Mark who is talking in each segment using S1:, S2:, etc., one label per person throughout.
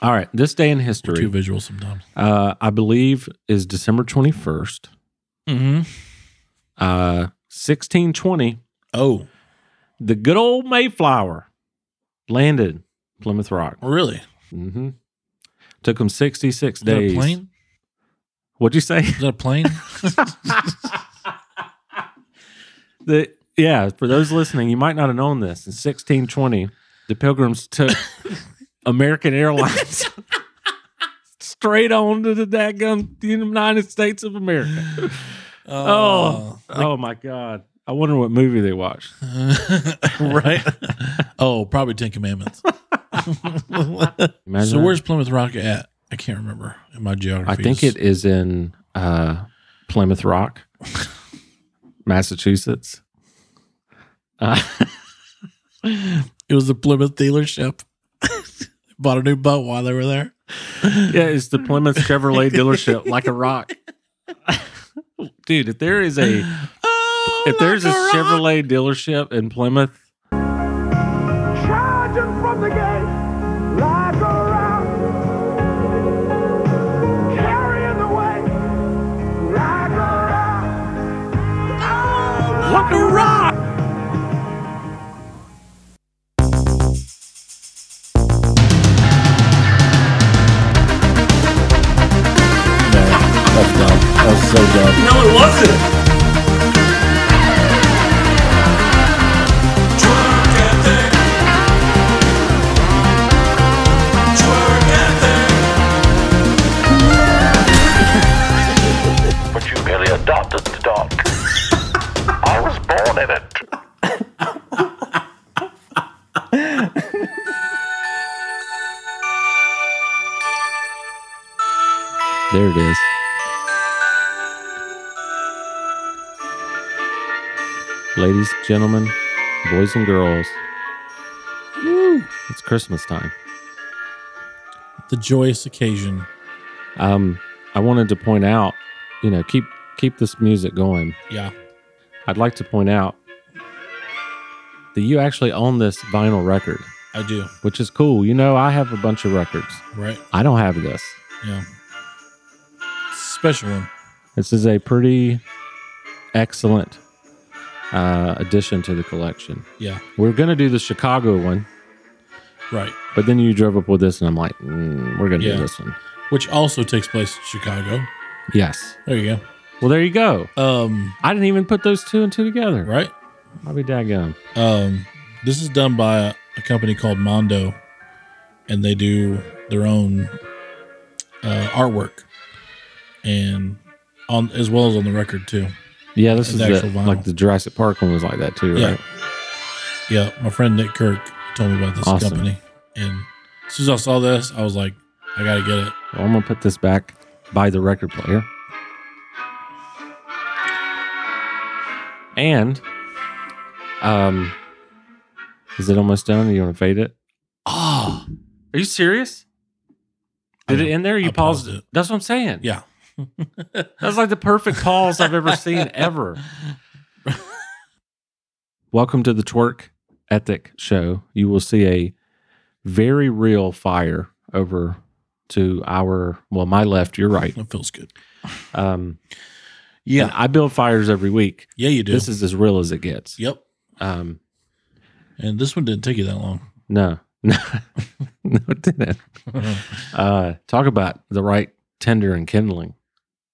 S1: All right. This day in
S2: We're too
S1: history,
S2: visual sometimes.
S1: uh, I believe, is December 21st,
S2: Mm-hmm.
S1: uh, 1620.
S2: Oh,
S1: The good old Mayflower landed Plymouth Rock.
S2: really? Is
S1: hmm Took them 66
S2: that a
S1: days.
S2: plane?
S1: What'd you say?
S2: Is that a plane?
S1: The yeah, for those listening, you might not have known this. In 1620, the Pilgrims took American Airlines straight on to the daggum United States of America. Oh. oh my God! I wonder what movie they watched.
S2: Oh. right. oh, probably Ten Commandments.
S1: Imagine
S2: so
S1: that.
S2: where's Plymouth Rock at? I can't remember in my
S1: I
S2: geography.
S1: think it is in uh, Plymouth Rock, Massachusetts. Uh,
S2: it was the Plymouth dealership. Bought a new boat while they were there.
S1: yeah, it's the Plymouth Chevrolet dealership, like a rock. Dude, if there is a
S2: Oh,
S1: if there's a
S2: like rock.
S1: Chevrolet dealership in Plymouth,
S3: charging from the gate like a rock, carrying the weight like a rock. Oh, like a rock.
S4: That's dumb. That's so dumb.
S5: No, it wasn't.
S6: but you merely adopted the dog. I was born in it.
S1: there it is. Ladies, gentlemen, boys and girls, it's Christmas time.
S2: the joyous occasion.
S1: Um, I wanted to point out, you know, keep keep this music going.
S2: Yeah.
S1: I'd like to point out that you actually own this vinyl record,
S2: I do.
S1: which is cool. You know, I have a bunch of records.
S2: Right.
S1: I don't have this.
S2: Yeah. Special one.
S1: This is a pretty excellent uh, addition to the collection.
S2: Yeah.
S1: We are gonna do the Chicago one,
S2: Right.
S1: but then you drove up with this, and I'm like, mm, we're gonna
S2: Yeah.
S1: do this one.
S2: Which also takes place in Chicago.
S1: Yes.
S2: There you
S1: Well, there you go.
S2: go. Um,
S1: I didn't even put those two and two together.
S2: right.
S1: I'll be daggum.
S2: Um, this is done by a, a company called Mondo, and they do their own uh, artwork, and on as well as on the record too.
S1: Yeah, this
S2: The
S1: is
S2: actual
S1: the-
S2: vinyl.
S1: like the Jurassic Park one was like that too,
S2: Yeah.
S1: right?
S2: Yeah, my friend Nick Kirk told me about this
S1: Awesome.
S2: company, and as soon as I saw this, I was like, I gotta get it.
S1: Well, I'm gonna put this back by the record player. And um is it almost done? Do you wanna fade it?
S2: Ah,
S1: Are you serious?
S2: I
S1: Did it
S2: know.
S1: end there? You
S2: I
S1: paused,
S2: paused
S1: it.
S2: it.
S1: That's what I'm saying.
S2: yeah,
S1: That's like the perfect pause I've ever seen ever. Welcome to the Twerk Ethic Show. You will see a very real fire over to our well, my left, your right.
S2: that feels good.
S1: Um,
S2: Yeah,
S1: and I build fires every week.
S2: yeah, you do.
S1: This is as real as it gets.
S2: yep.
S1: Um,
S2: And this one didn't take you that long.
S1: no, no, no, it didn't. Uh, talk about the right tender and kindling.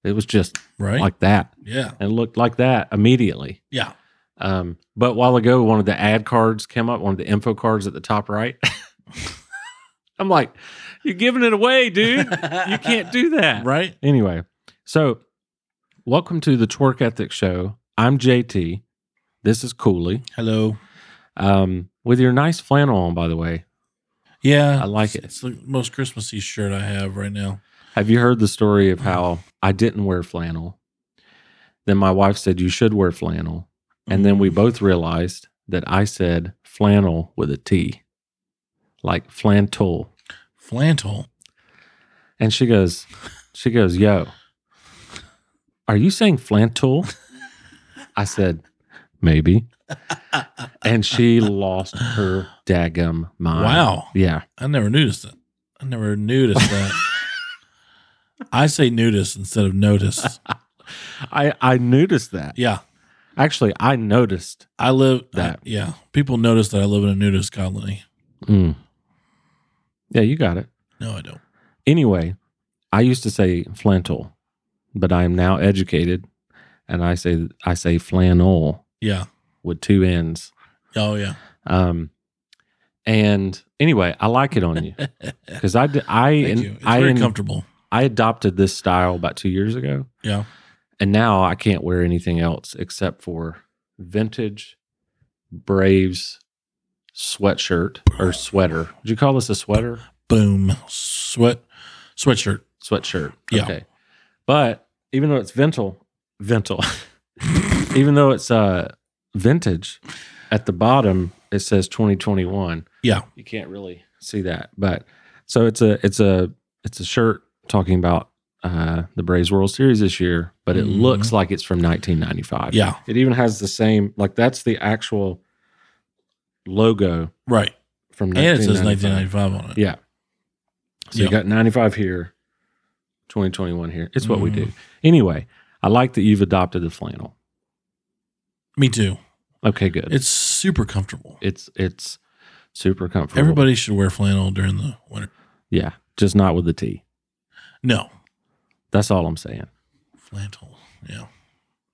S1: It was just
S2: Right?
S1: like that.
S2: yeah.
S1: It looked like that immediately.
S2: Yeah.
S1: Um, but a while ago, one of the ad cards came up, one of the info cards at the top right. I'm like, you're giving it away, dude. You can't do that.
S2: Right?
S1: Anyway, so welcome to the Twerk Ethics Show. I'm JT. This is Cooley.
S2: Hello.
S1: Um, with your nice flannel on, by the way.
S2: Yeah.
S1: I like
S2: it's-
S1: it.
S2: It's the most Christmassy shirt I have right now.
S1: Have you heard the story of how I didn't wear flannel? Then my wife said, You should wear flannel. And then we both realized that I said flannel with a T, like flantel.
S2: Flantel.
S1: And she goes, She goes, Yo, are you saying flantel? I said, Maybe. And she lost her daggum mind.
S2: Wow.
S1: Yeah.
S2: I never noticed it. I never noticed that. I say nudist instead of notice.
S1: I I noticed that.
S2: Yeah.
S1: Actually, I noticed
S2: I live
S1: That.
S2: I- yeah. People notice that I live in a nudist colony.
S1: Mm. Yeah, you got it.
S2: No, I don't.
S1: Anyway, I used to say flantel, but I am now educated, and I say I say flannel
S2: Yeah.
S1: with two ends.
S2: Oh yeah.
S1: Um, and anyway, I like it on you because I d- I
S2: Thank
S1: and
S2: you. It's
S1: I
S2: very
S1: and-
S2: comfortable.
S1: I adopted this style about two years ago,
S2: Yeah.
S1: and now I can't wear anything else except for vintage Braves sweatshirt or sweater. Would you call this a sweater?
S2: Boom. Sweat sweatshirt.
S1: sweatshirt.
S2: Yeah.
S1: Okay. But even though it's vental, vental, even though it's uh vintage, at the bottom it says 2021.
S2: Yeah.
S1: You can't really see that, but so it's a it's a it's a shirt talking about uh the Braves World Series this year, but it
S2: Mhm.
S1: looks like it's from 1995.
S2: Yeah.
S1: It even has the same like that's the actual logo
S2: Right.
S1: from
S2: And it says
S1: 1995.
S2: 1995 on it.
S1: Yeah. So
S2: Yeah.
S1: you got 95 here, 2021 here. It's what we do.
S2: Mm-hmm.
S1: Anyway, I like that you've adopted the flannel.
S2: Me too.
S1: Okay, good.
S2: It's super comfortable.
S1: it's it's super comfortable.
S2: Everybody should wear flannel during the winter.
S1: yeah, just not with the T.
S2: No.
S1: That's all I'm saying.
S2: Flannel. Yeah.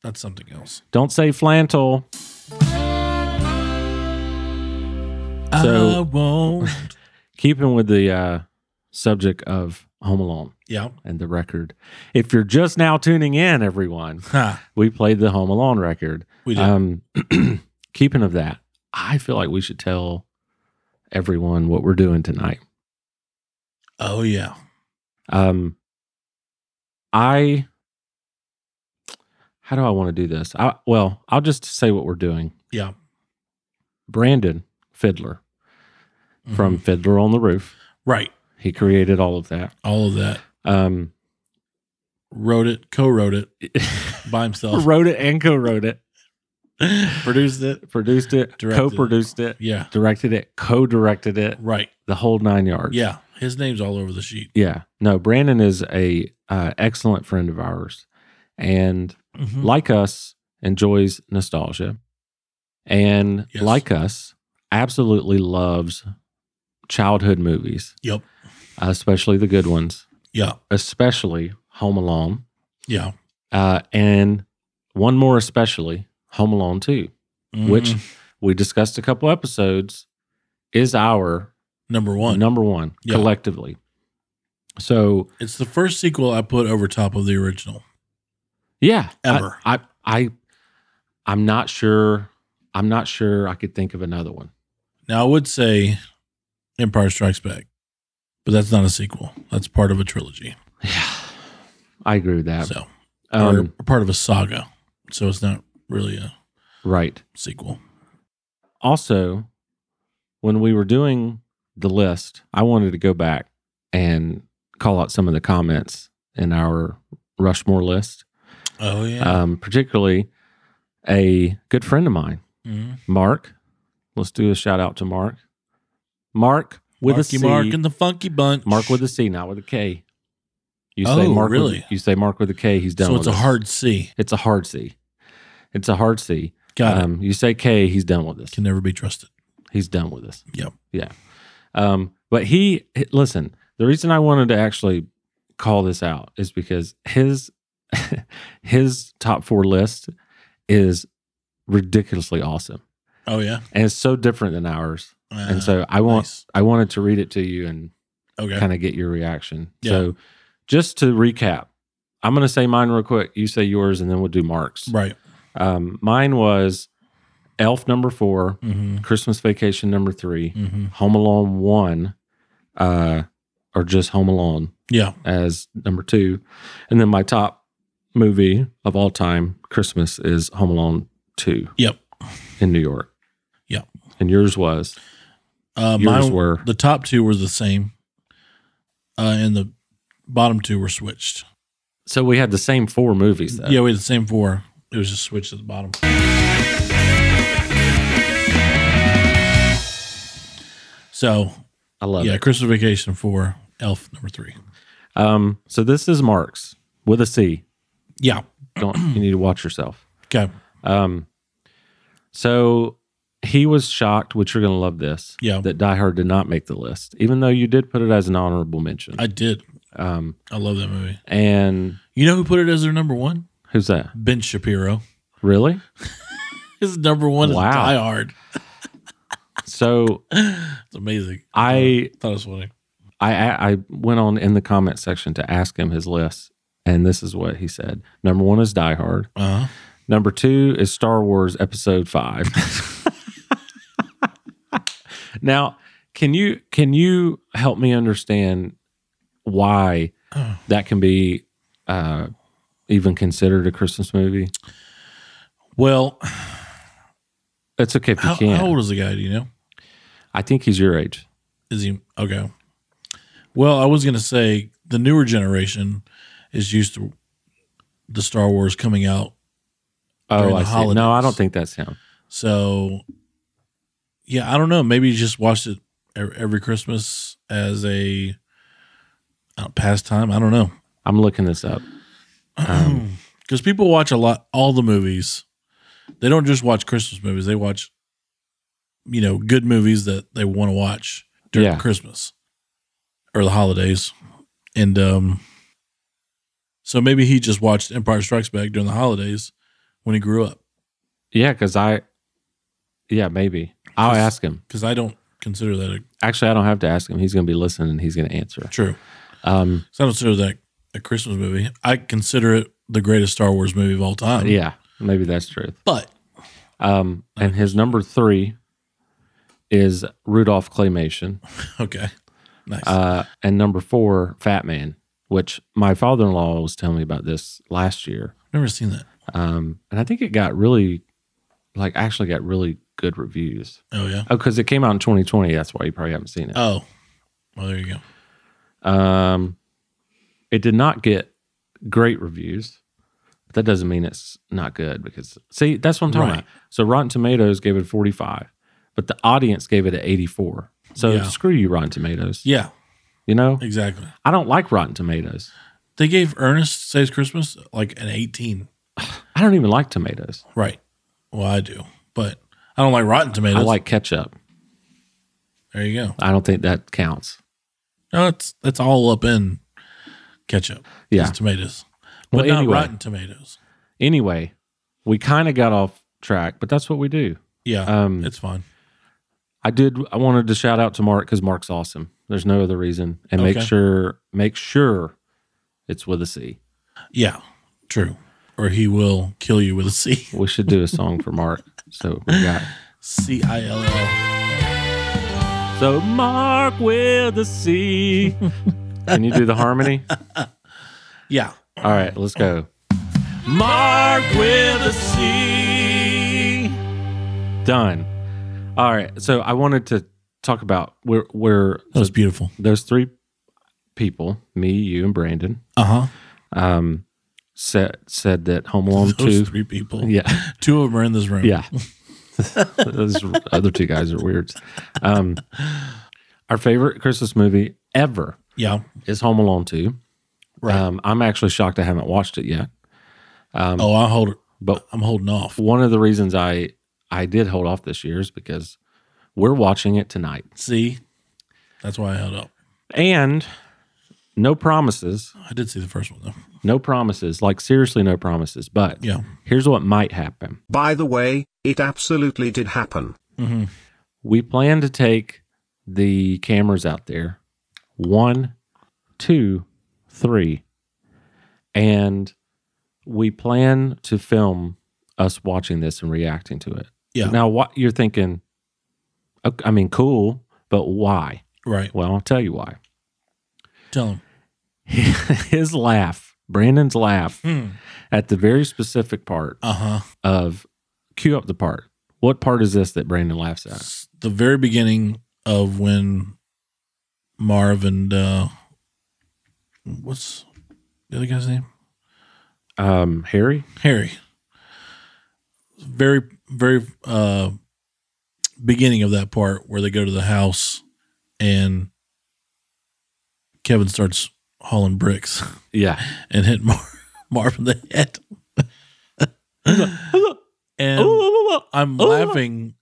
S2: That's something else.
S1: Don't say flantel.
S2: I
S1: So-
S2: won't.
S1: Keeping with the uh, subject of Home Alone
S2: yeah.
S1: and the record. If you're just now tuning in, everyone,
S2: Ha.
S1: we played the Home Alone record.
S2: We did.
S1: Um, keeping of that, I feel like we should tell everyone what we're doing tonight.
S2: oh yeah.
S1: Um, I, how do I want to do this? I, well, I'll just say what we're doing.
S2: Yeah.
S1: Brandon Fiddler
S2: Mhm.
S1: from Fiddler on the Roof,
S2: Right.
S1: he created all of that.
S2: All of that.
S1: Um,
S2: Wrote it, co wrote it by himself.
S1: wrote it and co-wrote it,
S2: Produced it.
S1: produced it,
S2: Directed it.
S1: co-produced it,
S2: Yeah.
S1: directed it, co-directed it,
S2: Right.
S1: the whole nine yards.
S2: Yeah. His name's all over the sheet.
S1: Yeah. No, Brandon is a uh, excellent friend of ours and
S2: Mm-hmm.
S1: like us enjoys nostalgia and
S2: Yes.
S1: like us absolutely loves childhood movies,
S2: Yep.
S1: especially the good ones,
S2: Yeah.
S1: especially Home Alone.
S2: Yeah.
S1: Uh, and one more especially Home Alone 2,
S2: Mhm.
S1: which we discussed a couple episodes is our
S2: number one.
S1: number 1
S2: Yeah.
S1: collectively. So
S2: It's the first sequel I put over top of the original.
S1: Yeah. I-
S2: Ever.
S1: I, I, I am not sure I'm not sure I could think of another one.
S2: Now I would say Empire Strikes Back, but that's not a sequel. That's part of a trilogy.
S1: Yeah. I agree with that.
S2: So
S1: um,
S2: or part of a saga. So it's not really a
S1: right.
S2: sequel.
S1: Also, when we were doing the list, I wanted to go back and call out some of the comments in our Rushmore list.
S2: Oh yeah.
S1: Um, particularly a good friend of mine,
S2: Mhm.
S1: Mark. Let's do a shout out to Mark. Mark with
S2: Marky
S1: a C.
S2: Mark and the Funky Bunch.
S1: Mark with a C, not with a K. You
S2: Oh,
S1: say Mark
S2: really?
S1: With, you say Mark with a K. He's done.
S2: So
S1: with
S2: it's a
S1: us.
S2: hard C.
S1: It's a hard C. It's a hard C.
S2: Got it.
S1: um, You say K. He's done with us.
S2: Can never be trusted.
S1: He's done with us.
S2: Yep.
S1: Yeah. Um, but he h- listen. The reason I wanted to actually call this out is because his his top four list is ridiculously awesome
S2: Oh yeah.
S1: and it's so different than ours.
S2: Uh,
S1: and so I want
S2: nice.
S1: I wanted to read it to you and
S2: okay.
S1: kind of get your reaction.
S2: Yeah.
S1: So, just to recap, I'm going to say mine real quick. You say yours, and then we'll do Mark's.
S2: Right.
S1: Um, mine was Elf number four,
S2: Mm-hmm.
S1: Christmas Vacation number 3
S2: Mm-hmm.
S1: Home Alone one, uh, or just Home Alone
S2: Yeah.
S1: as number two, and then my top movie of all time Christmas is Home Alone two
S2: Yep.
S1: in New York.
S2: Yep.
S1: and yours was
S2: Uh,
S1: Yours
S2: mine
S1: were-
S2: the top two were the same, uh, and the bottom two were switched.
S1: so we had the same four movies. Though.
S2: yeah, we had the same four. It was just switched at the bottom. So
S1: I love
S2: yeah,
S1: it.
S2: Christmas Vacation four, Elf number three.
S1: Um, so this is Marks with a C.
S2: Yeah.
S1: Don't you need to watch yourself.
S2: Okay.
S1: Um, so he was shocked, which you're going to love this.
S2: Yeah.
S1: that Die Hard did not make the list, even though you did put it as an honorable mention.
S2: I did.
S1: um,
S2: I love that movie.
S1: and
S2: You know who put it as their number one?
S1: who's that?
S2: Ben Shapiro.
S1: Really?
S2: His number one
S1: Wow.
S2: is Die Hard.
S1: So
S2: It's amazing.
S1: I
S2: Thought it was funny.
S1: I I I went on in the comment section to ask him his list, and this is what he said: Number one is Die Hard.
S2: Uh huh.
S1: Number two is Star Wars Episode Five. now, can you can you help me understand why that can be uh, even considered a Christmas movie?
S2: Well,
S1: It's okay if you
S2: how,
S1: can't.
S2: how old is the guy? Do you know?
S1: I think he's your age.
S2: Is he okay? Well, I was gonna say the newer generation is used to the Star Wars coming out, During
S1: Oh,
S2: the
S1: I see. No, I
S2: holidays.
S1: don't think that's him.
S2: so yeah, I don't know. Maybe you just watched it ev- every Christmas as a uh, pastime. I don't know
S1: I'm looking this up. Um,
S2: because people watch a lot all the movies. They don't just watch Christmas movies. They watch you know good movies that they want to watch during
S1: Yeah.
S2: Christmas or the holidays, and um. So maybe he just watched Empire Strikes Back during the holidays when he grew up.
S1: Yeah, because I, yeah, maybe I'll
S2: Just-
S1: ask him.
S2: Because I don't consider that a,
S1: Actually, I don't have to ask him. He's going to be listening and he's going to answer.
S2: true.
S1: Um,
S2: So I don't consider that a Christmas movie. I consider it the greatest Star Wars movie of all time.
S1: yeah, maybe that's true.
S2: But
S1: Um, and his number three is Rudolph Claymation,
S2: okay, nice.
S1: uh, and number four Fat Man, which my father-in-law was telling me about this last year,
S2: Never seen that.
S1: um, and I think it got really, like, actually got really good reviews.
S2: Oh yeah.
S1: Oh, because it came out in 2020. That's why you probably haven't seen it.
S2: Oh, well there you go.
S1: Um, it did not get great reviews. But that doesn't mean it's not good because see, that's what I'm talking
S2: Right.
S1: about. So Rotten Tomatoes gave it 45, but the audience gave it an 84. So
S2: Yeah.
S1: screw you, Rotten Tomatoes.
S2: Yeah,
S1: You know,
S2: exactly.
S1: I don't like Rotten Tomatoes.
S2: They gave Ernest Saves Christmas like an 18.
S1: I don't even like tomatoes.
S2: Right. Well, I do, but I don't like Rotten Tomatoes.
S1: I like ketchup.
S2: There you go.
S1: I don't think that counts.
S2: No, it's that's all up in ketchup.
S1: Yeah.
S2: It's tomatoes,
S1: Well,
S2: but not
S1: anyway.
S2: Rotten Tomatoes.
S1: Anyway, we kind of got off track, but that's what we do.
S2: Yeah,
S1: Um,
S2: it's fine.
S1: I did. I wanted to shout out to Mark because Mark's awesome. There's no other reason, and make
S2: Okay.
S1: sure make sure it's with a C.
S2: Yeah, true. Or he will kill you with a C.
S1: We should do a song for Mark. So we got
S2: C I L L.
S1: so Mark with a C. Can you do the harmony?
S2: Yeah.
S1: All right, let's go.
S2: Mark with a C.
S1: Done. All right. So I wanted to talk about where where
S2: That was beautiful.
S1: those three people, me, you, and Brandon,
S2: Uh huh.
S1: um, said said that Home Alone
S2: Those
S1: two.
S2: three people.
S1: Yeah.
S2: Two of them are in this room.
S1: Yeah. Those other two guys are weird. Um, our favorite Christmas movie ever
S2: Yeah.
S1: is Home Alone 2.
S2: Right.
S1: Um, I'm actually shocked I haven't watched it yet.
S2: oh, I hold it.
S1: Um, But
S2: I'm holding off.
S1: one of the reasons I I did hold off this year is because we're watching it tonight.
S2: See, that's why I held up.
S1: And no promises,
S2: I did see the first one though.
S1: no promises, like seriously no promises, but
S2: Yeah.
S1: here's what might happen.
S5: By the way, it absolutely did happen.
S2: Mm-hmm.
S1: We plan to take the cameras out there. One, two, three. And we plan to film us watching this and reacting to it.
S2: Yeah.
S1: Now, what you're thinking, ok- I mean, cool, but why?
S2: Right.
S1: Well, I'll tell you why.
S2: Tell him.
S1: His laugh, Brandon's laugh
S2: Hmm.
S1: at the very specific part
S2: Uh huh.
S1: of cue up the part. What part is this that Brandon laughs at?
S2: The very beginning of when Marv and uh, what's the other guy's name?
S1: Um, Harry?
S2: Harry. Very, very uh, beginning of that part where they go to the house and Kevin starts hauling bricks
S1: Yeah.
S2: and hit Mar- Marv in the head. and I'm
S1: Oh.
S2: laughing.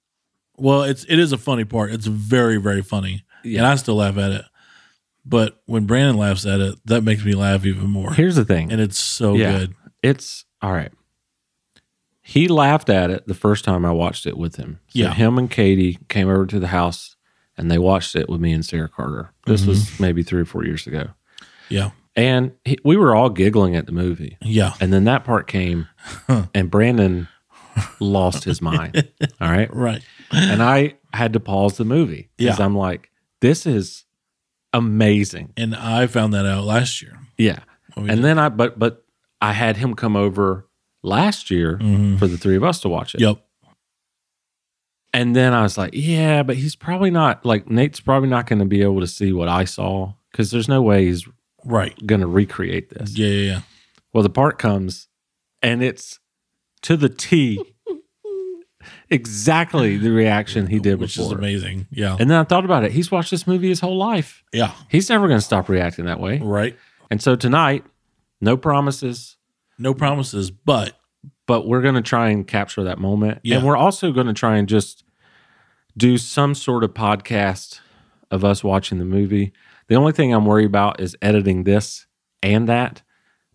S2: Well, it's it is a funny part. It's very very funny, and I still laugh at it. But when Brandon laughs at it, that makes me laugh even more.
S1: Here's the thing.
S2: And it's so
S1: Yeah.
S2: good.
S1: It's all right. He laughed at it the first time I watched it with him. So
S2: Yeah.
S1: Him and Katie came over to the house and they watched it with me and Sarah Carter. This was
S2: Mm-hmm.
S1: maybe three or four years ago.
S2: Yeah,
S1: And he, we were all giggling at the movie.
S2: yeah,
S1: And then that part came and Brandon lost his mind. All right.
S2: right.
S1: And I had to pause the movie because
S2: Yeah.
S1: I'm like, this is amazing.
S2: And I found that out last year.
S1: Yeah.
S2: when we
S1: and
S2: did-
S1: then I but but I had him come over last year
S2: Mm-hmm.
S1: for the three of us to watch it.
S2: yep,
S1: And then I was like, yeah, but he's probably not like Nate's probably not going to be able to see what I saw because there's no way he's
S2: right.
S1: going to recreate this.
S2: Yeah, yeah, yeah.
S1: Well, the part comes and it's to the T exactly the reaction he did
S2: which is
S1: before.
S2: amazing. Yeah,
S1: and then I thought about it. He's watched this movie his whole life.
S2: yeah,
S1: He's never going to stop reacting that way.
S2: right.
S1: And so tonight, no promises.
S2: No promises, but
S1: but we're going to try and capture that moment.
S2: Yeah.
S1: And we're also going to try and just do some sort of podcast of us watching the movie. The only thing I'm worried about is editing this and that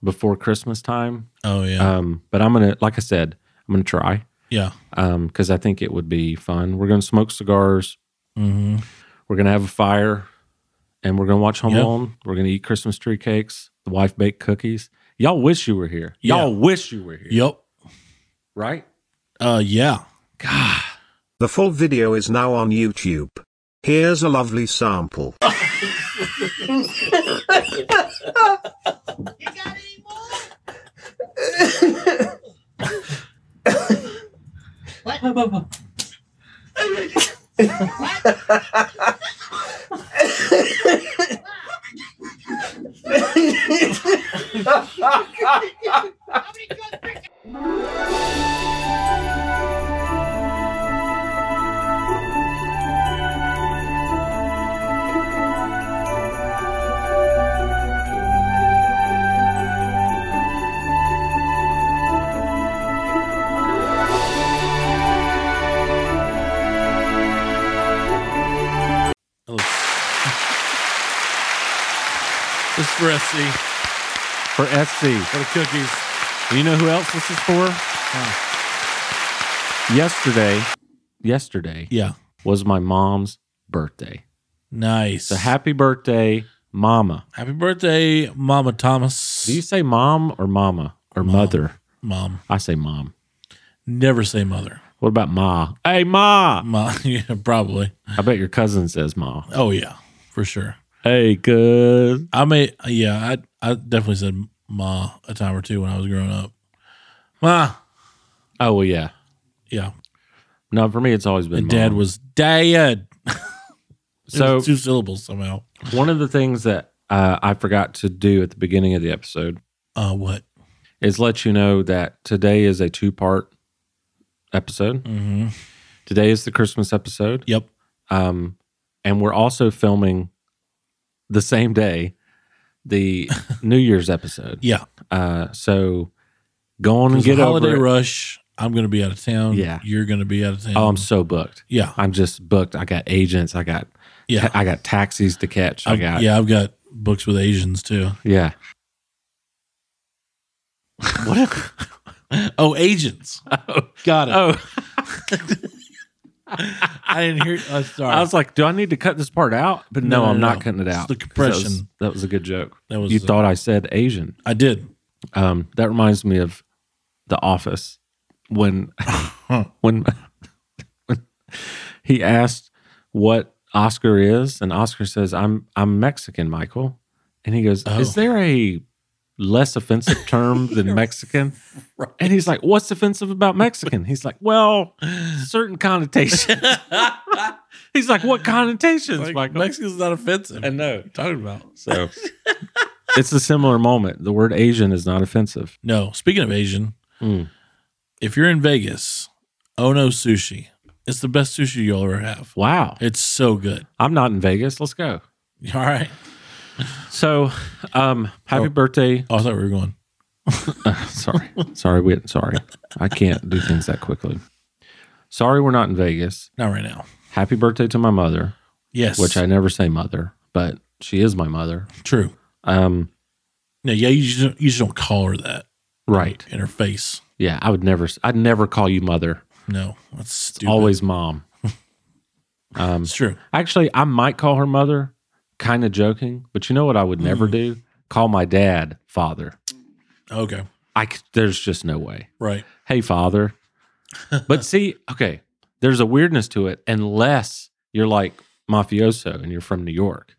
S1: before Christmas time.
S2: oh yeah,
S1: Um, but I'm going to, like I said, I'm going to try
S2: yeah,
S1: because I think it would be fun. We're going to smoke cigars.
S2: hmm
S1: We're going to have a fire and we're going to watch Home
S2: Yeah.
S1: Alone. We're going to eat Christmas tree cakes. The wife baked cookies. Y'all wish you were here. Y'all wish you were here.
S2: yep.
S1: Right?
S2: Uh, yeah.
S1: God.
S5: The full video is now on YouTube. Here's a lovely sample.
S1: oh.
S2: That looks- This is for SC
S1: For SC.
S2: for the cookies.
S1: You know who else this is for? Yesterday, yesterday
S2: Yeah,
S1: was my mom's birthday.
S2: nice.
S1: So happy birthday, mama.
S2: Happy birthday, Mama Thomas.
S1: Do you say mom or mama or mother?
S2: Mom,
S1: I say mom.
S2: never say mother.
S1: What about ma? Hey, ma.
S2: Mom, yeah, probably.
S1: I bet your cousin says ma.
S2: Oh yeah, for sure.
S1: Hey, good.
S2: I may. Yeah, I I definitely said ma a time or two when I was growing up. Ma.
S1: Oh, well, yeah.
S2: Yeah,
S1: No, for me, it's always been
S2: and dad
S1: mom.
S2: was dad. It
S1: So
S2: was two syllables somehow.
S1: one of the things that uh, I forgot to do at the beginning of the episode
S2: Uh, what?
S1: is let you know that today is a two part episode.
S2: Mm-hmm.
S1: Today is the Christmas episode.
S2: Yep.
S1: Um, and we're also filming the same day the New Year's episode.
S2: Yeah.
S1: Uh, so go on and
S2: Get
S1: get
S2: holiday
S1: over it.
S2: rush. I'm going to be out of town.
S1: Yeah.
S2: You're going to be out of town.
S1: Oh, I'm so booked.
S2: yeah.
S1: I'm just booked. I got agents. I got
S2: Yeah.
S1: I got taxis to catch. I
S2: I've-
S1: got
S2: yeah, I've got books with Asians too.
S1: yeah. What? if-
S2: Oh, Asians.
S1: oh,
S2: Got it.
S1: oh,
S2: I didn't hear. Oh, sorry.
S1: I was like, do I need to cut this part out? But no,
S2: No, no,
S1: I'm not
S2: no.
S1: cutting it
S2: It's
S1: out.
S2: the
S1: 'Cause that was-
S2: compression.
S1: That was, a good joke.
S2: That was
S1: you
S2: the-
S1: thought I said Asian.
S2: I did.
S1: Um, that reminds me of The Office when when, when he asked what Oscar is, and Oscar says, "I'm I'm Mexican, Michael," and he goes,
S2: Oh.
S1: "Is there a less offensive term than Mexican?" And he's like, "What's offensive about Mexican?" He's like, "Well, certain connotations." he's like, "What connotations,
S2: Like,
S1: Michael?"
S2: Mexican's not offensive.
S1: I know.
S2: talking about.
S1: So it's a similar moment. The word Asian is not offensive.
S2: No. Speaking of Asian,
S1: Mm.
S2: if you're in Vegas, Ono Sushi. It's the best sushi you'll ever have.
S1: Wow.
S2: It's so good.
S1: I'm not in Vegas. Let's go.
S2: All right.
S1: So, um, happy
S2: Oh.
S1: birthday.
S2: Oh, I thought we were going.
S1: sorry. Sorry, we sorry. I can't do things that quickly. Sorry we're not in Vegas.
S2: Not right now.
S1: Happy birthday to my mother,
S2: Yes.
S1: which I never say mother, but she is my mother.
S2: true.
S1: Um,
S2: No, yeah, you just don't, you just don't call her that
S1: right.
S2: in her face.
S1: Yeah, I would never I'd never call you mother.
S2: No, that's stupid.
S1: Always mom. Um,
S2: it's true.
S1: Actually, I might call her mother, kind of joking, but you know what I would never do? Call my dad father.
S2: Okay,
S1: I c- there's just no way.
S2: right.
S1: Hey, father. But see, okay, there's a weirdness to it unless you're like mafioso and you're from New York.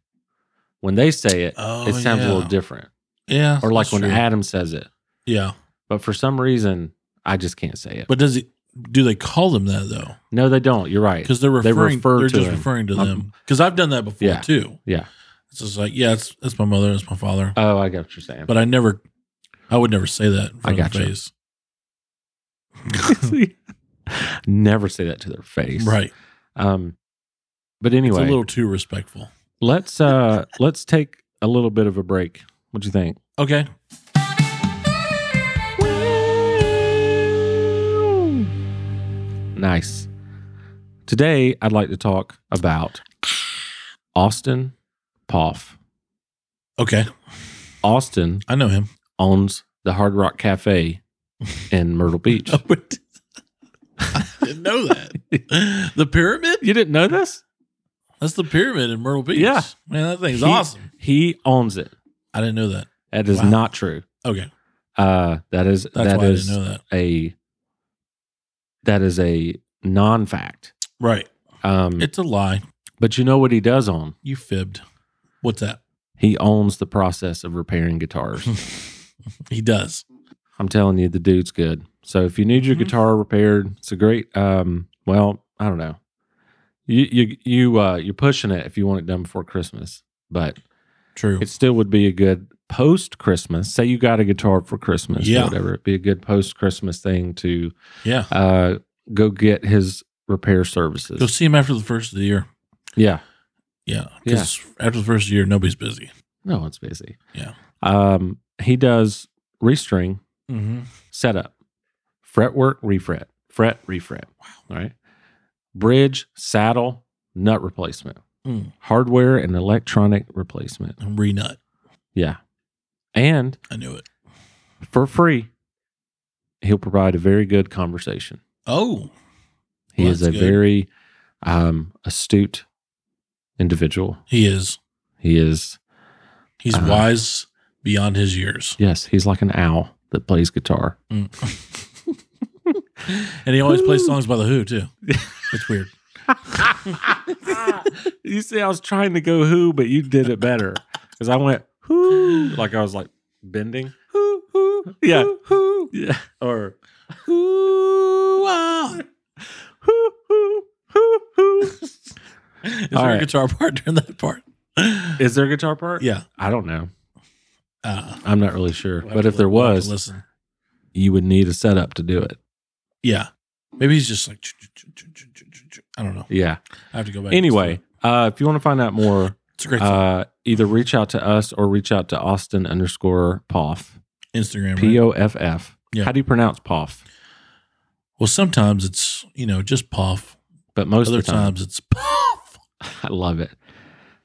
S1: When they say it,
S2: Oh,
S1: it sounds
S2: yeah.
S1: a little different.
S2: Yeah,
S1: Or like
S2: that's
S1: when
S2: true.
S1: Adam says it.
S2: yeah.
S1: But for some reason, I just can't say it.
S2: But does it? Do they call them that though?
S1: no, they don't. You're right.
S2: Because they're
S1: They
S2: referring. They
S1: refer
S2: are
S1: to
S2: just
S1: them.
S2: referring to
S1: Um,
S2: them. Because I've done that before
S1: Yeah.
S2: too.
S1: Yeah.
S2: It's just like, yeah, it's that's my mother, it's my father.
S1: Oh, I get what you're saying.
S2: But I never, I would never say that. In
S1: I
S2: front of
S1: gotcha.
S2: their face.
S1: See? Never say that to their face.
S2: right?
S1: Um, but
S2: It's
S1: anyway,
S2: a little too respectful.
S1: let's uh let's take a little bit of a break. What do you think?
S2: Okay,
S1: Nice. Today, I'd like to talk about Austin Poff.
S2: okay,
S1: Austin
S2: I know him.
S1: owns the Hard Rock Cafe in Myrtle Beach.
S2: Oh, but I didn't know that. the pyramid?
S1: You didn't know this?
S2: That's the pyramid in Myrtle Beach.
S1: Yeah.
S2: man, that thing's
S1: He-
S2: awesome.
S1: He owns it.
S2: I didn't know that.
S1: That is
S2: Wow.
S1: not true.
S2: Okay,
S1: Uh, that is
S2: that's
S1: that
S2: why
S1: is
S2: I didn't know that.
S1: a that is a non-fact.
S2: Right,
S1: Um,
S2: it's a lie.
S1: but you know what he does own?
S2: You fibbed. What's that?
S1: He owns the process of repairing guitars.
S2: He does.
S1: I'm telling you, the dude's good. So if you need your
S2: Mhm.
S1: guitar repaired, it's a great. Um, well, I don't know. You you you uh, you're pushing it if you want it done before Christmas, but
S2: True.
S1: it still would be a good post Christmas. Say you got a guitar for Christmas, or
S2: Yeah.
S1: whatever. It'd be a good post Christmas thing to
S2: yeah,
S1: uh, go get his repair
S2: go
S1: services.
S2: see him after the first of the year.
S1: Yeah,
S2: Yeah, because after the first of the year, nobody's busy.
S1: no one's busy.
S2: Yeah.
S1: um, he does restring
S2: Mm-hmm.
S1: setup, fretwork, refret, fret, refret. Wow. All right. Bridge, saddle, nut replacement,
S2: Mm.
S1: hardware and electronic replacement.
S2: Renut.
S1: Yeah. And
S2: I knew it.
S1: for free, he'll provide a very good conversation.
S2: Oh,
S1: He
S2: Well,
S1: is a
S2: that's good.
S1: very um, astute individual.
S2: he is.
S1: He is,
S2: He's
S1: Uh-huh.
S2: wise beyond his years,
S1: yes, he's like an owl that plays guitar.
S2: and he always plays songs by the Who too. It's weird.
S1: you see, I was trying to go who, but you did it better because I went who, like I was like bending who, who, yeah, who, yeah, or who, ah. who, who, who, who.
S2: Is
S1: All
S2: there
S1: right.
S2: a guitar part during that part?
S1: Is there a guitar part?
S2: Yeah,
S1: I don't know.
S2: uh,
S1: I'm not really sure.
S2: we'll have
S1: but
S2: to
S1: if there
S2: li- we'll have to
S1: was,
S2: listen.
S1: you would need a setup to do it.
S2: Yeah, maybe he's just like. "Ch- ch- ch- ch- ch- ch- ch- ch-" I don't know.
S1: Yeah.
S2: I have to go back. and
S1: Anyway,
S2: listen
S1: uh, if you want to find out more,
S2: to it. it's a great song.
S1: uh, either reach out to us or reach out to Austin underscore Poff.
S2: Instagram. right?
S1: P O F F.
S2: Yeah.
S1: How do you pronounce Poff?
S2: Well, sometimes it's you know just puff.
S1: But most
S2: Other
S1: of the time,
S2: times it's puff.
S1: I love it.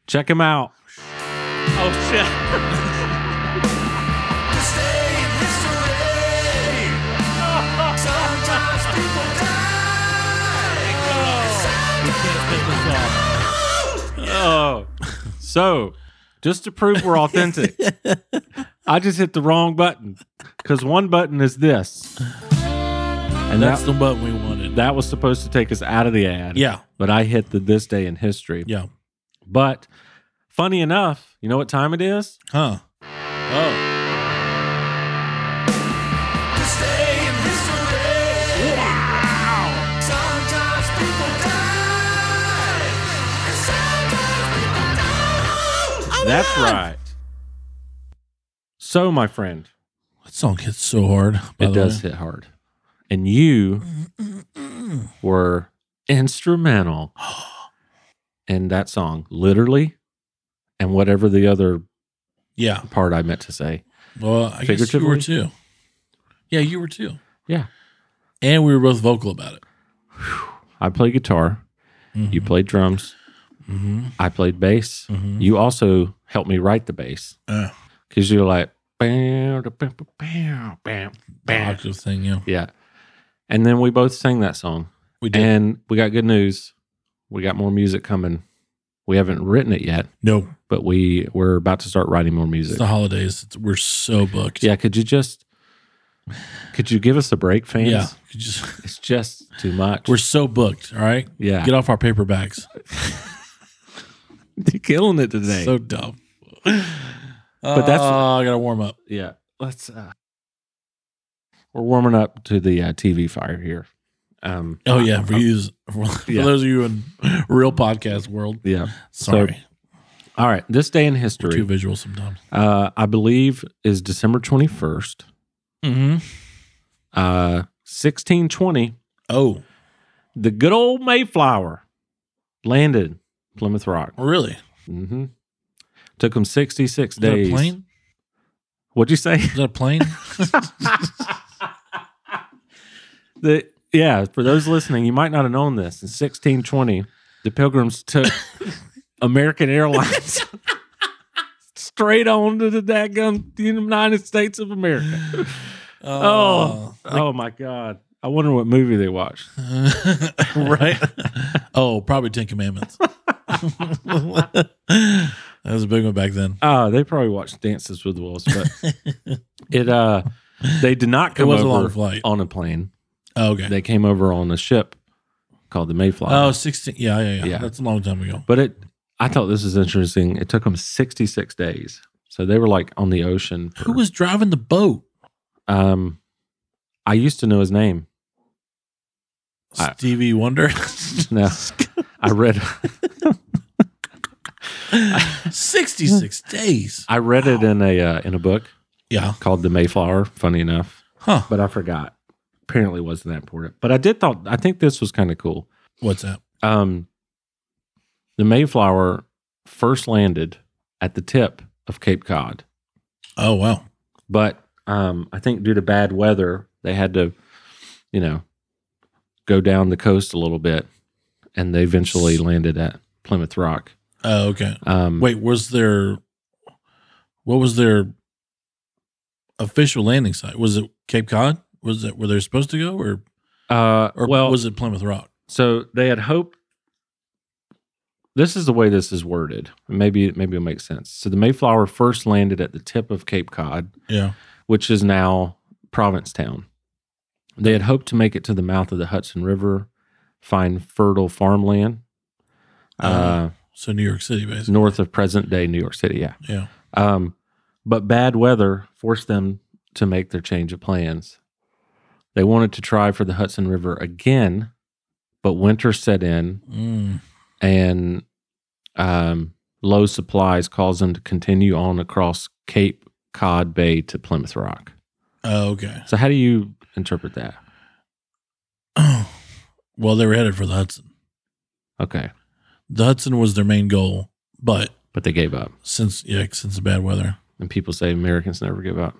S1: Check him out. Oh shit. Oh, so just to prove we're authentic, I just hit the wrong button because one button is this, and
S2: That's
S1: that
S2: the button we wanted.
S1: that was supposed to take us out of the ad.
S2: yeah,
S1: but I hit the this day in history.
S2: yeah.
S1: But funny enough, you know what time it is?
S2: Huh. Oh.
S1: That's right. So, my friend,
S2: That song hits so hard. by
S1: it
S2: the
S1: does
S2: way.
S1: hit hard. And you were instrumental in that song, literally, and whatever the other
S2: Yeah.
S1: part I meant to say.
S2: Well, I guess you were too. Yeah, you were too.
S1: Yeah.
S2: And we were both vocal about it.
S1: I play guitar. You
S2: Mm-hmm.
S1: played drums. I played bass. You also helped me write the bass
S2: Uh,
S1: because you're like, bam, da, bam, ba, bam, bam,
S2: the
S1: bam.
S2: octave thing, yeah.
S1: Yeah. And then we both sang that song.
S2: We did.
S1: And we got good news. We got more music coming. We haven't written it yet,
S2: no,
S1: but we we're about to start writing more
S2: it's
S1: music.
S2: the holidays. It's, we're so booked.
S1: Yeah, could you just could you give us a break, fans?
S2: Yeah. You Just,
S1: It's just too much.
S2: we're so booked. All right.
S1: yeah,
S2: Get off our paper bags.
S1: You're killing it today.
S2: So dumb.
S1: But that's-
S2: Oh, I got to warm up.
S1: yeah, let's. Uh, we're warming up to the uh, TV fire here. Um,
S2: Oh, yeah. For, you, for,
S1: Yeah.
S2: those of you in real podcast world,
S1: yeah.
S2: sorry.
S1: All right. This day in
S2: we're too
S1: history,
S2: visual sometimes.
S1: uh, I believe, is December twenty first,
S2: Mm-hmm.
S1: uh, sixteen twenty.
S2: Oh,
S1: The good old Mayflower landed Plymouth Rock.
S2: really?
S1: hmm Took them sixty six
S2: Is that a
S1: days.
S2: plane?
S1: What'd you say?
S2: Is that a plane?
S1: The yeah, for those listening, you might not have known this. In 1620, the Pilgrims took American Airlines straight on to the daggum United States of America. Oh, oh my God! I wonder what movie they watched.
S2: right? oh, probably Ten Commandments. that was a big one back then.
S1: Oh, they probably watched Dances with Wolves, but it uh, they did not come
S2: was a
S1: over
S2: long flight.
S1: on a plane.
S2: Oh, okay.
S1: They came over on a ship called the Mayflower.
S2: oh, 16. Yeah, yeah, yeah,
S1: Yeah.
S2: That's a long time ago.
S1: But it, I thought this was interesting. It took them 66 days. So they were like on the ocean. for-
S2: Who was driving the boat?
S1: Um, I used to know his name. I-
S2: Stevie Wonder?
S1: No, I read,
S2: 66 days.
S1: I read it in a uh, in a book
S2: Yeah.
S1: called The Mayflower. Funny enough,
S2: Huh.
S1: but I forgot. Apparently, it wasn't that important. But I did thought I think this was kind of cool.
S2: What's that?
S1: Um, the Mayflower first landed at the tip of Cape Cod.
S2: Oh, wow.
S1: but um, I think due to bad weather, they had to, you know, go down the coast a little bit, and they eventually landed at Plymouth Rock.
S2: Oh, okay.
S1: Um,
S2: Wait, was there, what was their official landing site? Was it Cape Cod? Was it where they're supposed to go or,
S1: uh,
S2: or
S1: well,
S2: was it Plymouth Rock?
S1: so they had hoped. This is the way this is worded. Maybe maybe it makes sense. So the Mayflower first landed at the tip of Cape Cod,
S2: Yeah.
S1: which is now Provincetown. They had hoped to make it to the mouth of the Hudson River, find fertile farmland.
S2: Uh,
S1: Uh,
S2: So New York City, basically.
S1: north of present day New York City. Yeah.
S2: Yeah.
S1: Um, but bad weather forced them to make their change of plans. They wanted to try for the Hudson River again, but winter set in
S2: Mm.
S1: and um, low supplies caused them to continue on across Cape Cod Bay to Plymouth Rock.
S2: Oh, okay.
S1: So, how do you interpret that?
S2: well, they were headed for the Hudson.
S1: Okay.
S2: The Hudson was their main goal, but
S1: But they gave up.
S2: since yeah, since the bad weather,
S1: And people say Americans never give up.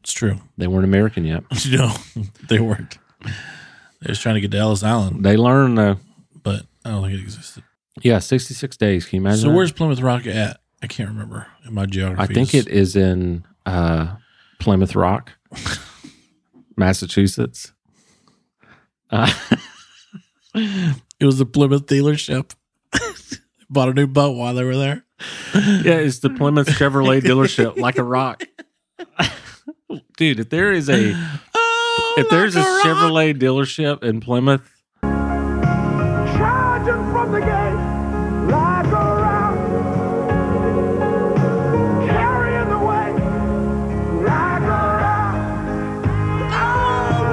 S2: it's true.
S1: They weren't American yet.
S2: no, they weren't. They was trying to get to Ellis Island,
S1: They learned, though.
S2: but I don't think it existed.
S1: Yeah, 66 days. Can you imagine?
S2: So
S1: that?
S2: where's Plymouth Rock at? I can't remember in my geography.
S1: I think it is in uh, Plymouth Rock, Massachusetts. Uh,
S2: it was the Plymouth dealership. Bought a new boat while they were there.
S1: yeah, it's the Plymouth Chevrolet dealership, like a rock. Dude, if there is a if there's Oh, a, Chevrolet dealership in Plymouth,
S3: charging from the gate like a rock, carrying the weight like a rock.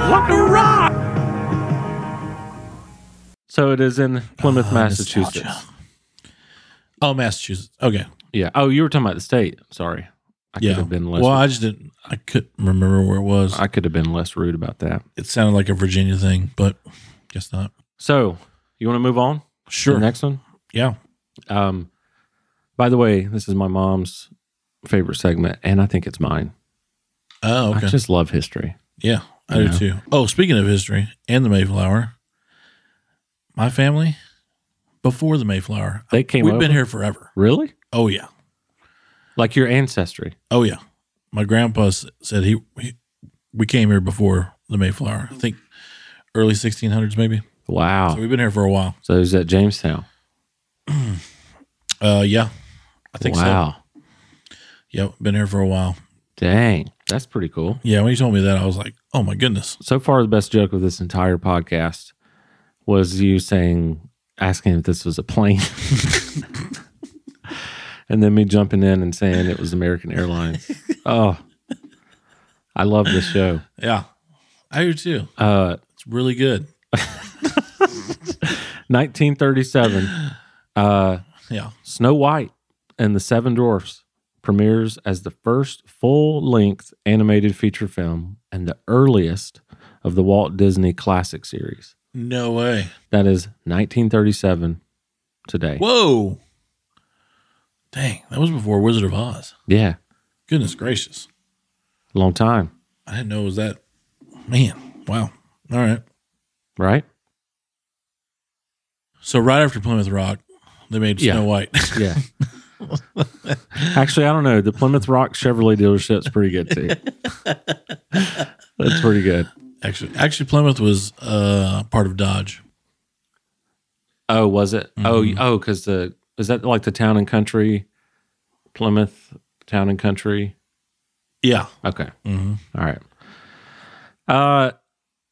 S3: like a rock.
S1: so it is in Plymouth, Massachusetts.
S2: Nostalgia. Oh, Massachusetts. Okay.
S1: Yeah. Oh, you were talking about the state. Sorry, I
S2: Yeah.
S1: could have been less.
S2: Well, I just didn't. I couldn't remember where it was.
S1: I could have been less rude about that.
S2: it sounded like a Virginia thing, but guess not.
S1: So, you want to move on? to
S2: Sure.
S1: The next one.
S2: yeah.
S1: Um, by the way, this is my mom's favorite segment, and I think it's mine.
S2: Oh, okay.
S1: I just love history.
S2: yeah, I
S1: Yeah.
S2: do too. Oh, speaking of history and the Mayflower, my family before the Mayflower,
S1: They came
S2: we've
S1: over.
S2: been here forever.
S1: Really?
S2: Oh yeah,
S1: Like your ancestry.
S2: oh yeah. My grandpa s- said he, he we came here before the Mayflower. I think early 1600s maybe. So
S1: Wow.
S2: we've been here for a while.
S1: So it was at Jamestown.
S2: Uh, yeah, I think so.
S1: wow.
S2: Yeah, been here for a while.
S1: Dang. That's pretty cool.
S2: Yeah, when you told me that, I was like, oh my goodness.
S1: So far, the best joke of this entire podcast was you saying, asking if this was a plane. and then me jumping in and saying it was American Airlines. oh, I love this show.
S2: Yeah, I do too.
S1: Uh,
S2: It's really good.
S1: 1937, uh,
S2: Yeah.
S1: Snow White and the Seven Dwarfs premieres as the first full length animated feature film and the earliest of the Walt Disney classic series.
S2: No way.
S1: That is 1937 today.
S2: Whoa. Dang, that was before Wizard of Oz.
S1: Yeah,
S2: Goodness gracious.
S1: long time,
S2: I didn't know it was that. Man, wow. All right.
S1: right?
S2: So, right after Plymouth Rock, they made
S1: Yeah.
S2: Snow White.
S1: Yeah. Actually, I don't know. The Plymouth Rock Chevrolet dealership's pretty good too. That's pretty good.
S2: actually, actually, Plymouth was uh, part of Dodge.
S1: Oh, was it?
S2: Mm-hmm.
S1: Oh, oh, because the is that like the town and country, Plymouth town and country?
S2: Yeah.
S1: Okay,
S2: Mhm.
S1: All right. Uh,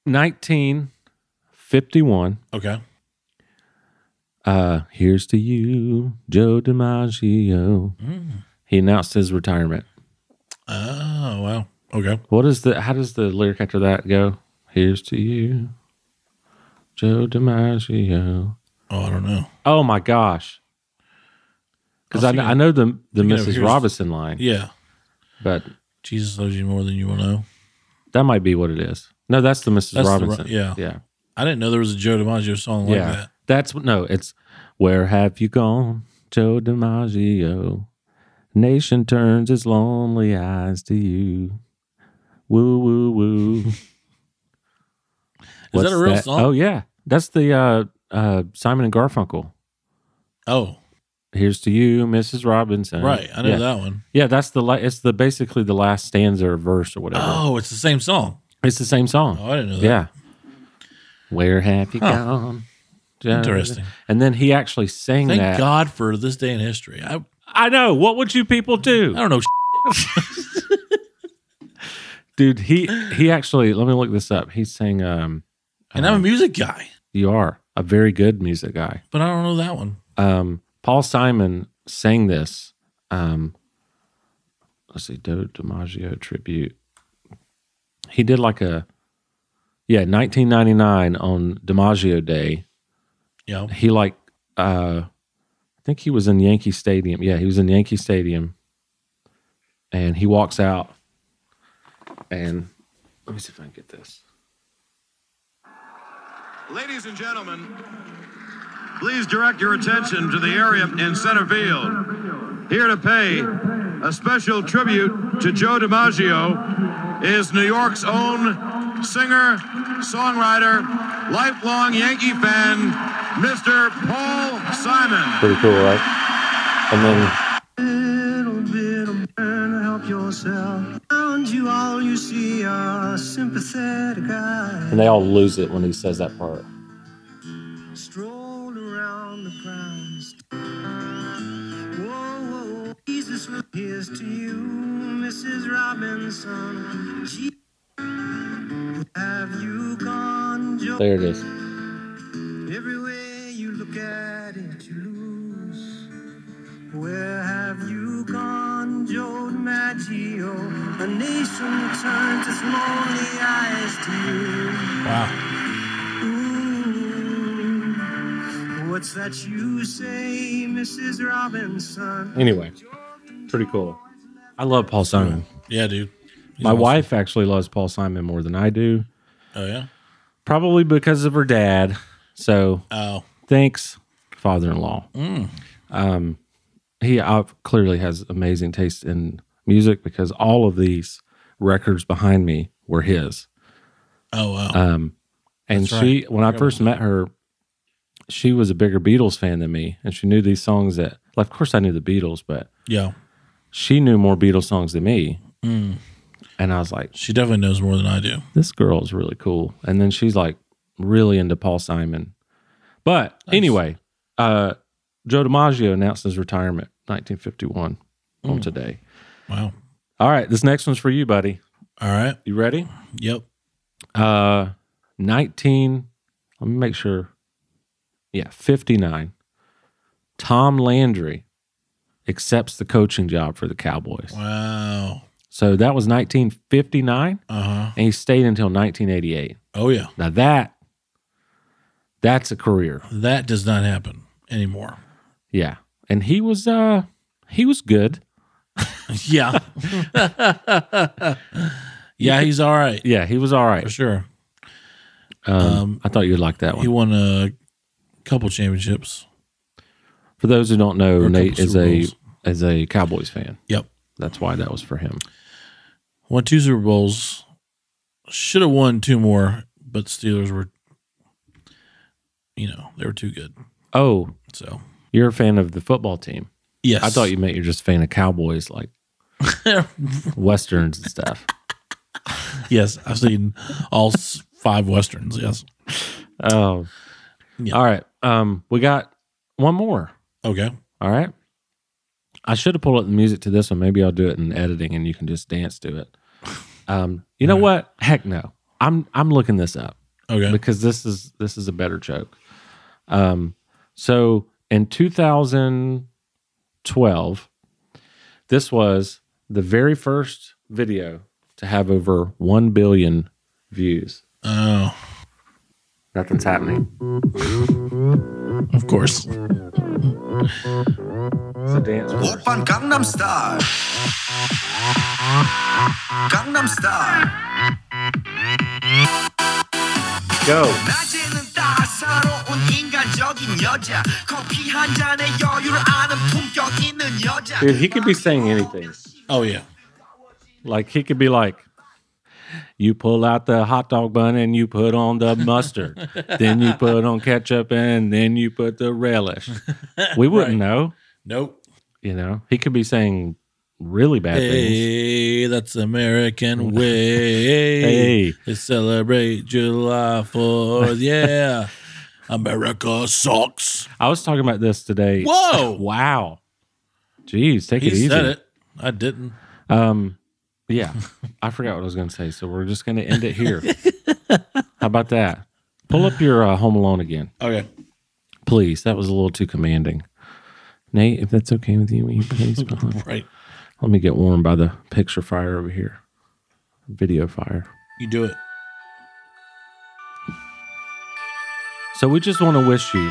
S1: nineteen fifty-one.
S2: Okay.
S1: Uh, here's to you, Joe DiMaggio.
S2: Mm.
S1: He announced his retirement.
S2: Oh, wow. Okay.
S1: What is the? How does the lyric after that go? Here's to you, Joe DiMaggio.
S2: Oh, I don't know.
S1: Oh my gosh! Because
S2: I
S1: I,
S2: was
S1: kn-
S2: thinking-
S1: I know the the
S2: thinking of
S1: Mrs.
S2: here's-
S1: Robinson line,
S2: Yeah.
S1: but
S2: Jesus loves you more than you will know.
S1: that might be what it is. No, that's the Mrs.
S2: That's the Ro-
S1: Robinson.
S2: yeah.
S1: yeah,
S2: I didn't know there was a Joe DiMaggio song like
S1: yeah.
S2: that.
S1: That's no. It's where have you gone, Joe DiMaggio? Nation turns its lonely eyes to you. Woo woo woo. Is
S2: that a real song?
S1: Oh yeah, that's the uh, uh, Simon and Garfunkel.
S2: Oh,
S1: Here's to you, Mrs. Robinson.
S2: right. I know
S1: yeah.
S2: that one.
S1: Yeah, that's the la- it's the basically the last stanza or verse or whatever.
S2: Oh, it's the same song.
S1: It's the same song.
S2: Oh, I didn't know that.
S1: Yeah. Where have you
S2: Huh.
S1: gone?
S2: Interesting.
S1: And then he actually sang
S2: Thank
S1: that.
S2: God for this day in history. I, I
S1: I know. What would you people do?
S2: don't know.
S1: Dude, he he actually let me look this up. He sang um
S2: And I'm a music guy,
S1: You Are a very good music guy.
S2: but I don't know that one.
S1: Um Paul Simon sang this. Um let's see, Do DiMaggio tribute. He did like a yeah, 1999 on DiMaggio Day.
S2: Yeah.
S1: he like uh I think he was in Yankee Stadium. Yeah, he was in Yankee Stadium. And he walks out and let me see if I can get this.
S7: Ladies and gentlemen, please direct your attention to the area in center field. Here to pay a special tribute to Joe DiMaggio is New York's own singer, songwriter, lifelong Yankee fan, Mr. Paul Simon.
S1: Pretty cool, right? And then
S8: little bit of burn to help yourself. Around you, all you see are sympathetic eyes.
S1: and they all lose it when he says that part.
S8: Stroll around the grounds. Whoa, whoa, whoa. Jesus, here's to you, Mrs. Robinson. Gee, have you gone, Joe?
S1: There it is.
S8: Every way you look at it, you lose. Where have you gone, Joe DiMaggio? A nation turns its lonely eyes to you.
S2: Wow.
S8: Ooh, what's that you say, Mrs. Robinson?
S1: Anyway, pretty cool. I love Paul Simon.
S2: Yeah, dude. He's
S1: My
S2: awesome.
S1: wife actually loves Paul Simon more than I do,
S2: Oh, yeah.
S1: probably because of her dad. So
S2: Oh, Mm.
S1: thanks, father in law. Um, he ob- clearly has amazing taste in music because all of these records behind me were his.
S2: Oh wow.
S1: Um, and
S2: That's
S1: she, when I
S2: Forgot
S1: first met her, she was a bigger Beatles fan than me, and she knew these songs that, like, of course, I knew the Beatles, but
S2: yeah.
S1: she knew more Beatles songs than me.
S2: Mm.
S1: And I was like,
S2: She definitely knows more than I do.
S1: this girl is really cool. And then she's like really into Paul Simon. But anyway, uh, Joe DiMaggio announced his retirement 1951 on today.
S2: Wow.
S1: All right, this next one's for you, buddy.
S2: All right.
S1: You ready?
S2: Yep.
S1: Uh, 19, let me make sure. Yeah, 59. Tom Landry accepts the coaching job for the Cowboys.
S2: Wow.
S1: So that was 1959,
S2: Uh huh.
S1: and he stayed until 1988.
S2: Oh yeah.
S1: Now that that's a career.
S2: That does not happen anymore.
S1: Yeah. And he was uh he was good.
S2: yeah. yeah, he's all right
S1: Yeah, he was all right.
S2: for sure.
S1: Um,
S2: Um,
S1: I thought you'd like that one.
S2: He won a couple championships.
S1: for those who don't know,
S2: Or a
S1: Nate
S2: couple
S1: is
S2: Super
S1: a
S2: Bowls.
S1: is a Cowboys fan.
S2: Yep.
S1: That's why that was for him.
S2: Won two Super Bowls. Should have won two more, but Steelers were, you know, they were too good.
S1: Oh,
S2: So
S1: you're a fan of the football team.
S2: yes,
S1: I thought you meant you're just a fan of Cowboys like westerns and stuff.
S2: yes, I've seen all s- five westerns. Yes.
S1: Oh.
S2: Yeah.
S1: All right. Um we got one more.
S2: Okay.
S1: All right. I should have pulled up the music to this one. Maybe I'll do it in editing and you can just dance to it. Um, you know what? Heck no. I'm I'm looking this up
S2: Okay.
S1: because this is this is a better joke. Um, so in 2012, this was the very first video to have over one billion views.
S2: Oh,
S1: Nothing's happening.
S2: of course.
S1: So dance. for us.
S8: 오빤 강남 스타일 강남 스타일 낮에는 따사로운 인간적인 여자 커피 한 잔에 여유를 아는 품격 있는 여자
S1: Dude, he could be saying anything.
S2: Oh yeah.
S1: Like he could be like, you pull out the hot dog bun and you put on the mustard, then you put on ketchup and then you put the relish. We wouldn't know,
S2: Nope.
S1: you know. He could be saying really bad things.
S2: Hey, that's American way.
S1: Hey.
S2: They celebrate July 4th. Yeah. America sucks.
S1: I was talking about this today.
S2: Whoa.
S1: Wow. Jeez, take it
S2: He
S1: easy.
S2: said it. I didn't.
S1: Um, yeah, I forgot what I was going to say, so we're just going to end it here. How about that? Pull up your uh, Home Alone again.
S2: Okay.
S1: Please, that was a little too commanding. Nate, if that's okay with you, will you please pull up?
S2: Right.
S1: Let me get warm by the picture fire over here. Video fire.
S2: You do it.
S1: So we just want to wish you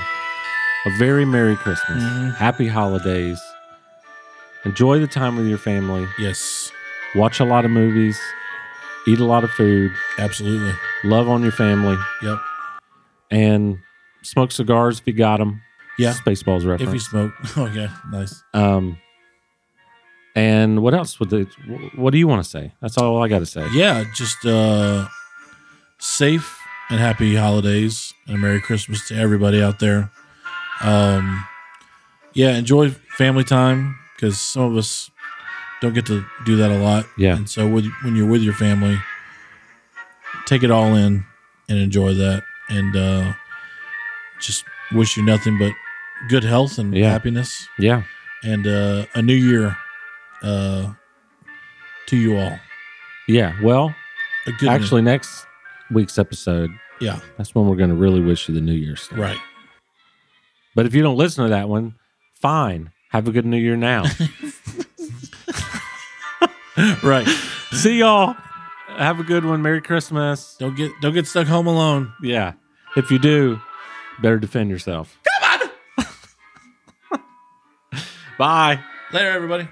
S1: a very Merry Christmas.
S2: Mm-hmm.
S1: Happy holidays. Enjoy the time with your family.
S2: Yes.
S1: Watch a lot of movies. Eat a lot of food.
S2: Absolutely.
S1: Love on your family.
S2: Yep.
S1: And smoke cigars if you got them.
S2: Yeah.
S1: Spaceballs
S2: If you
S1: reference.
S2: smoke. Okay. Nice.
S1: um, and what else would the, what do you want to say? That's all I got to say.
S2: Yeah. Just uh safe and happy holidays and a Merry Christmas to everybody out there. Um, yeah. Enjoy family time because some of us don't get to do that a lot.
S1: Yeah.
S2: And so with, when you're with your family, take it all in and enjoy that. And uh, just wish you nothing but good health and
S1: Yeah.
S2: happiness.
S1: Yeah.
S2: and uh, a new year uh, to you all.
S1: Yeah. Well,
S2: A good
S1: actually, next week's episode,
S2: new- yeah,
S1: That's when we're going to really wish you the New Year's. stuff.
S2: right.
S1: But if you don't listen to that one, fine. Have a good New Year now.
S2: Right.
S1: See y'all. Have a good one. Merry Christmas.
S2: Don't get don't get stuck home alone.
S1: Yeah. If you do, better defend yourself. Come on. Bye.
S2: Later, everybody.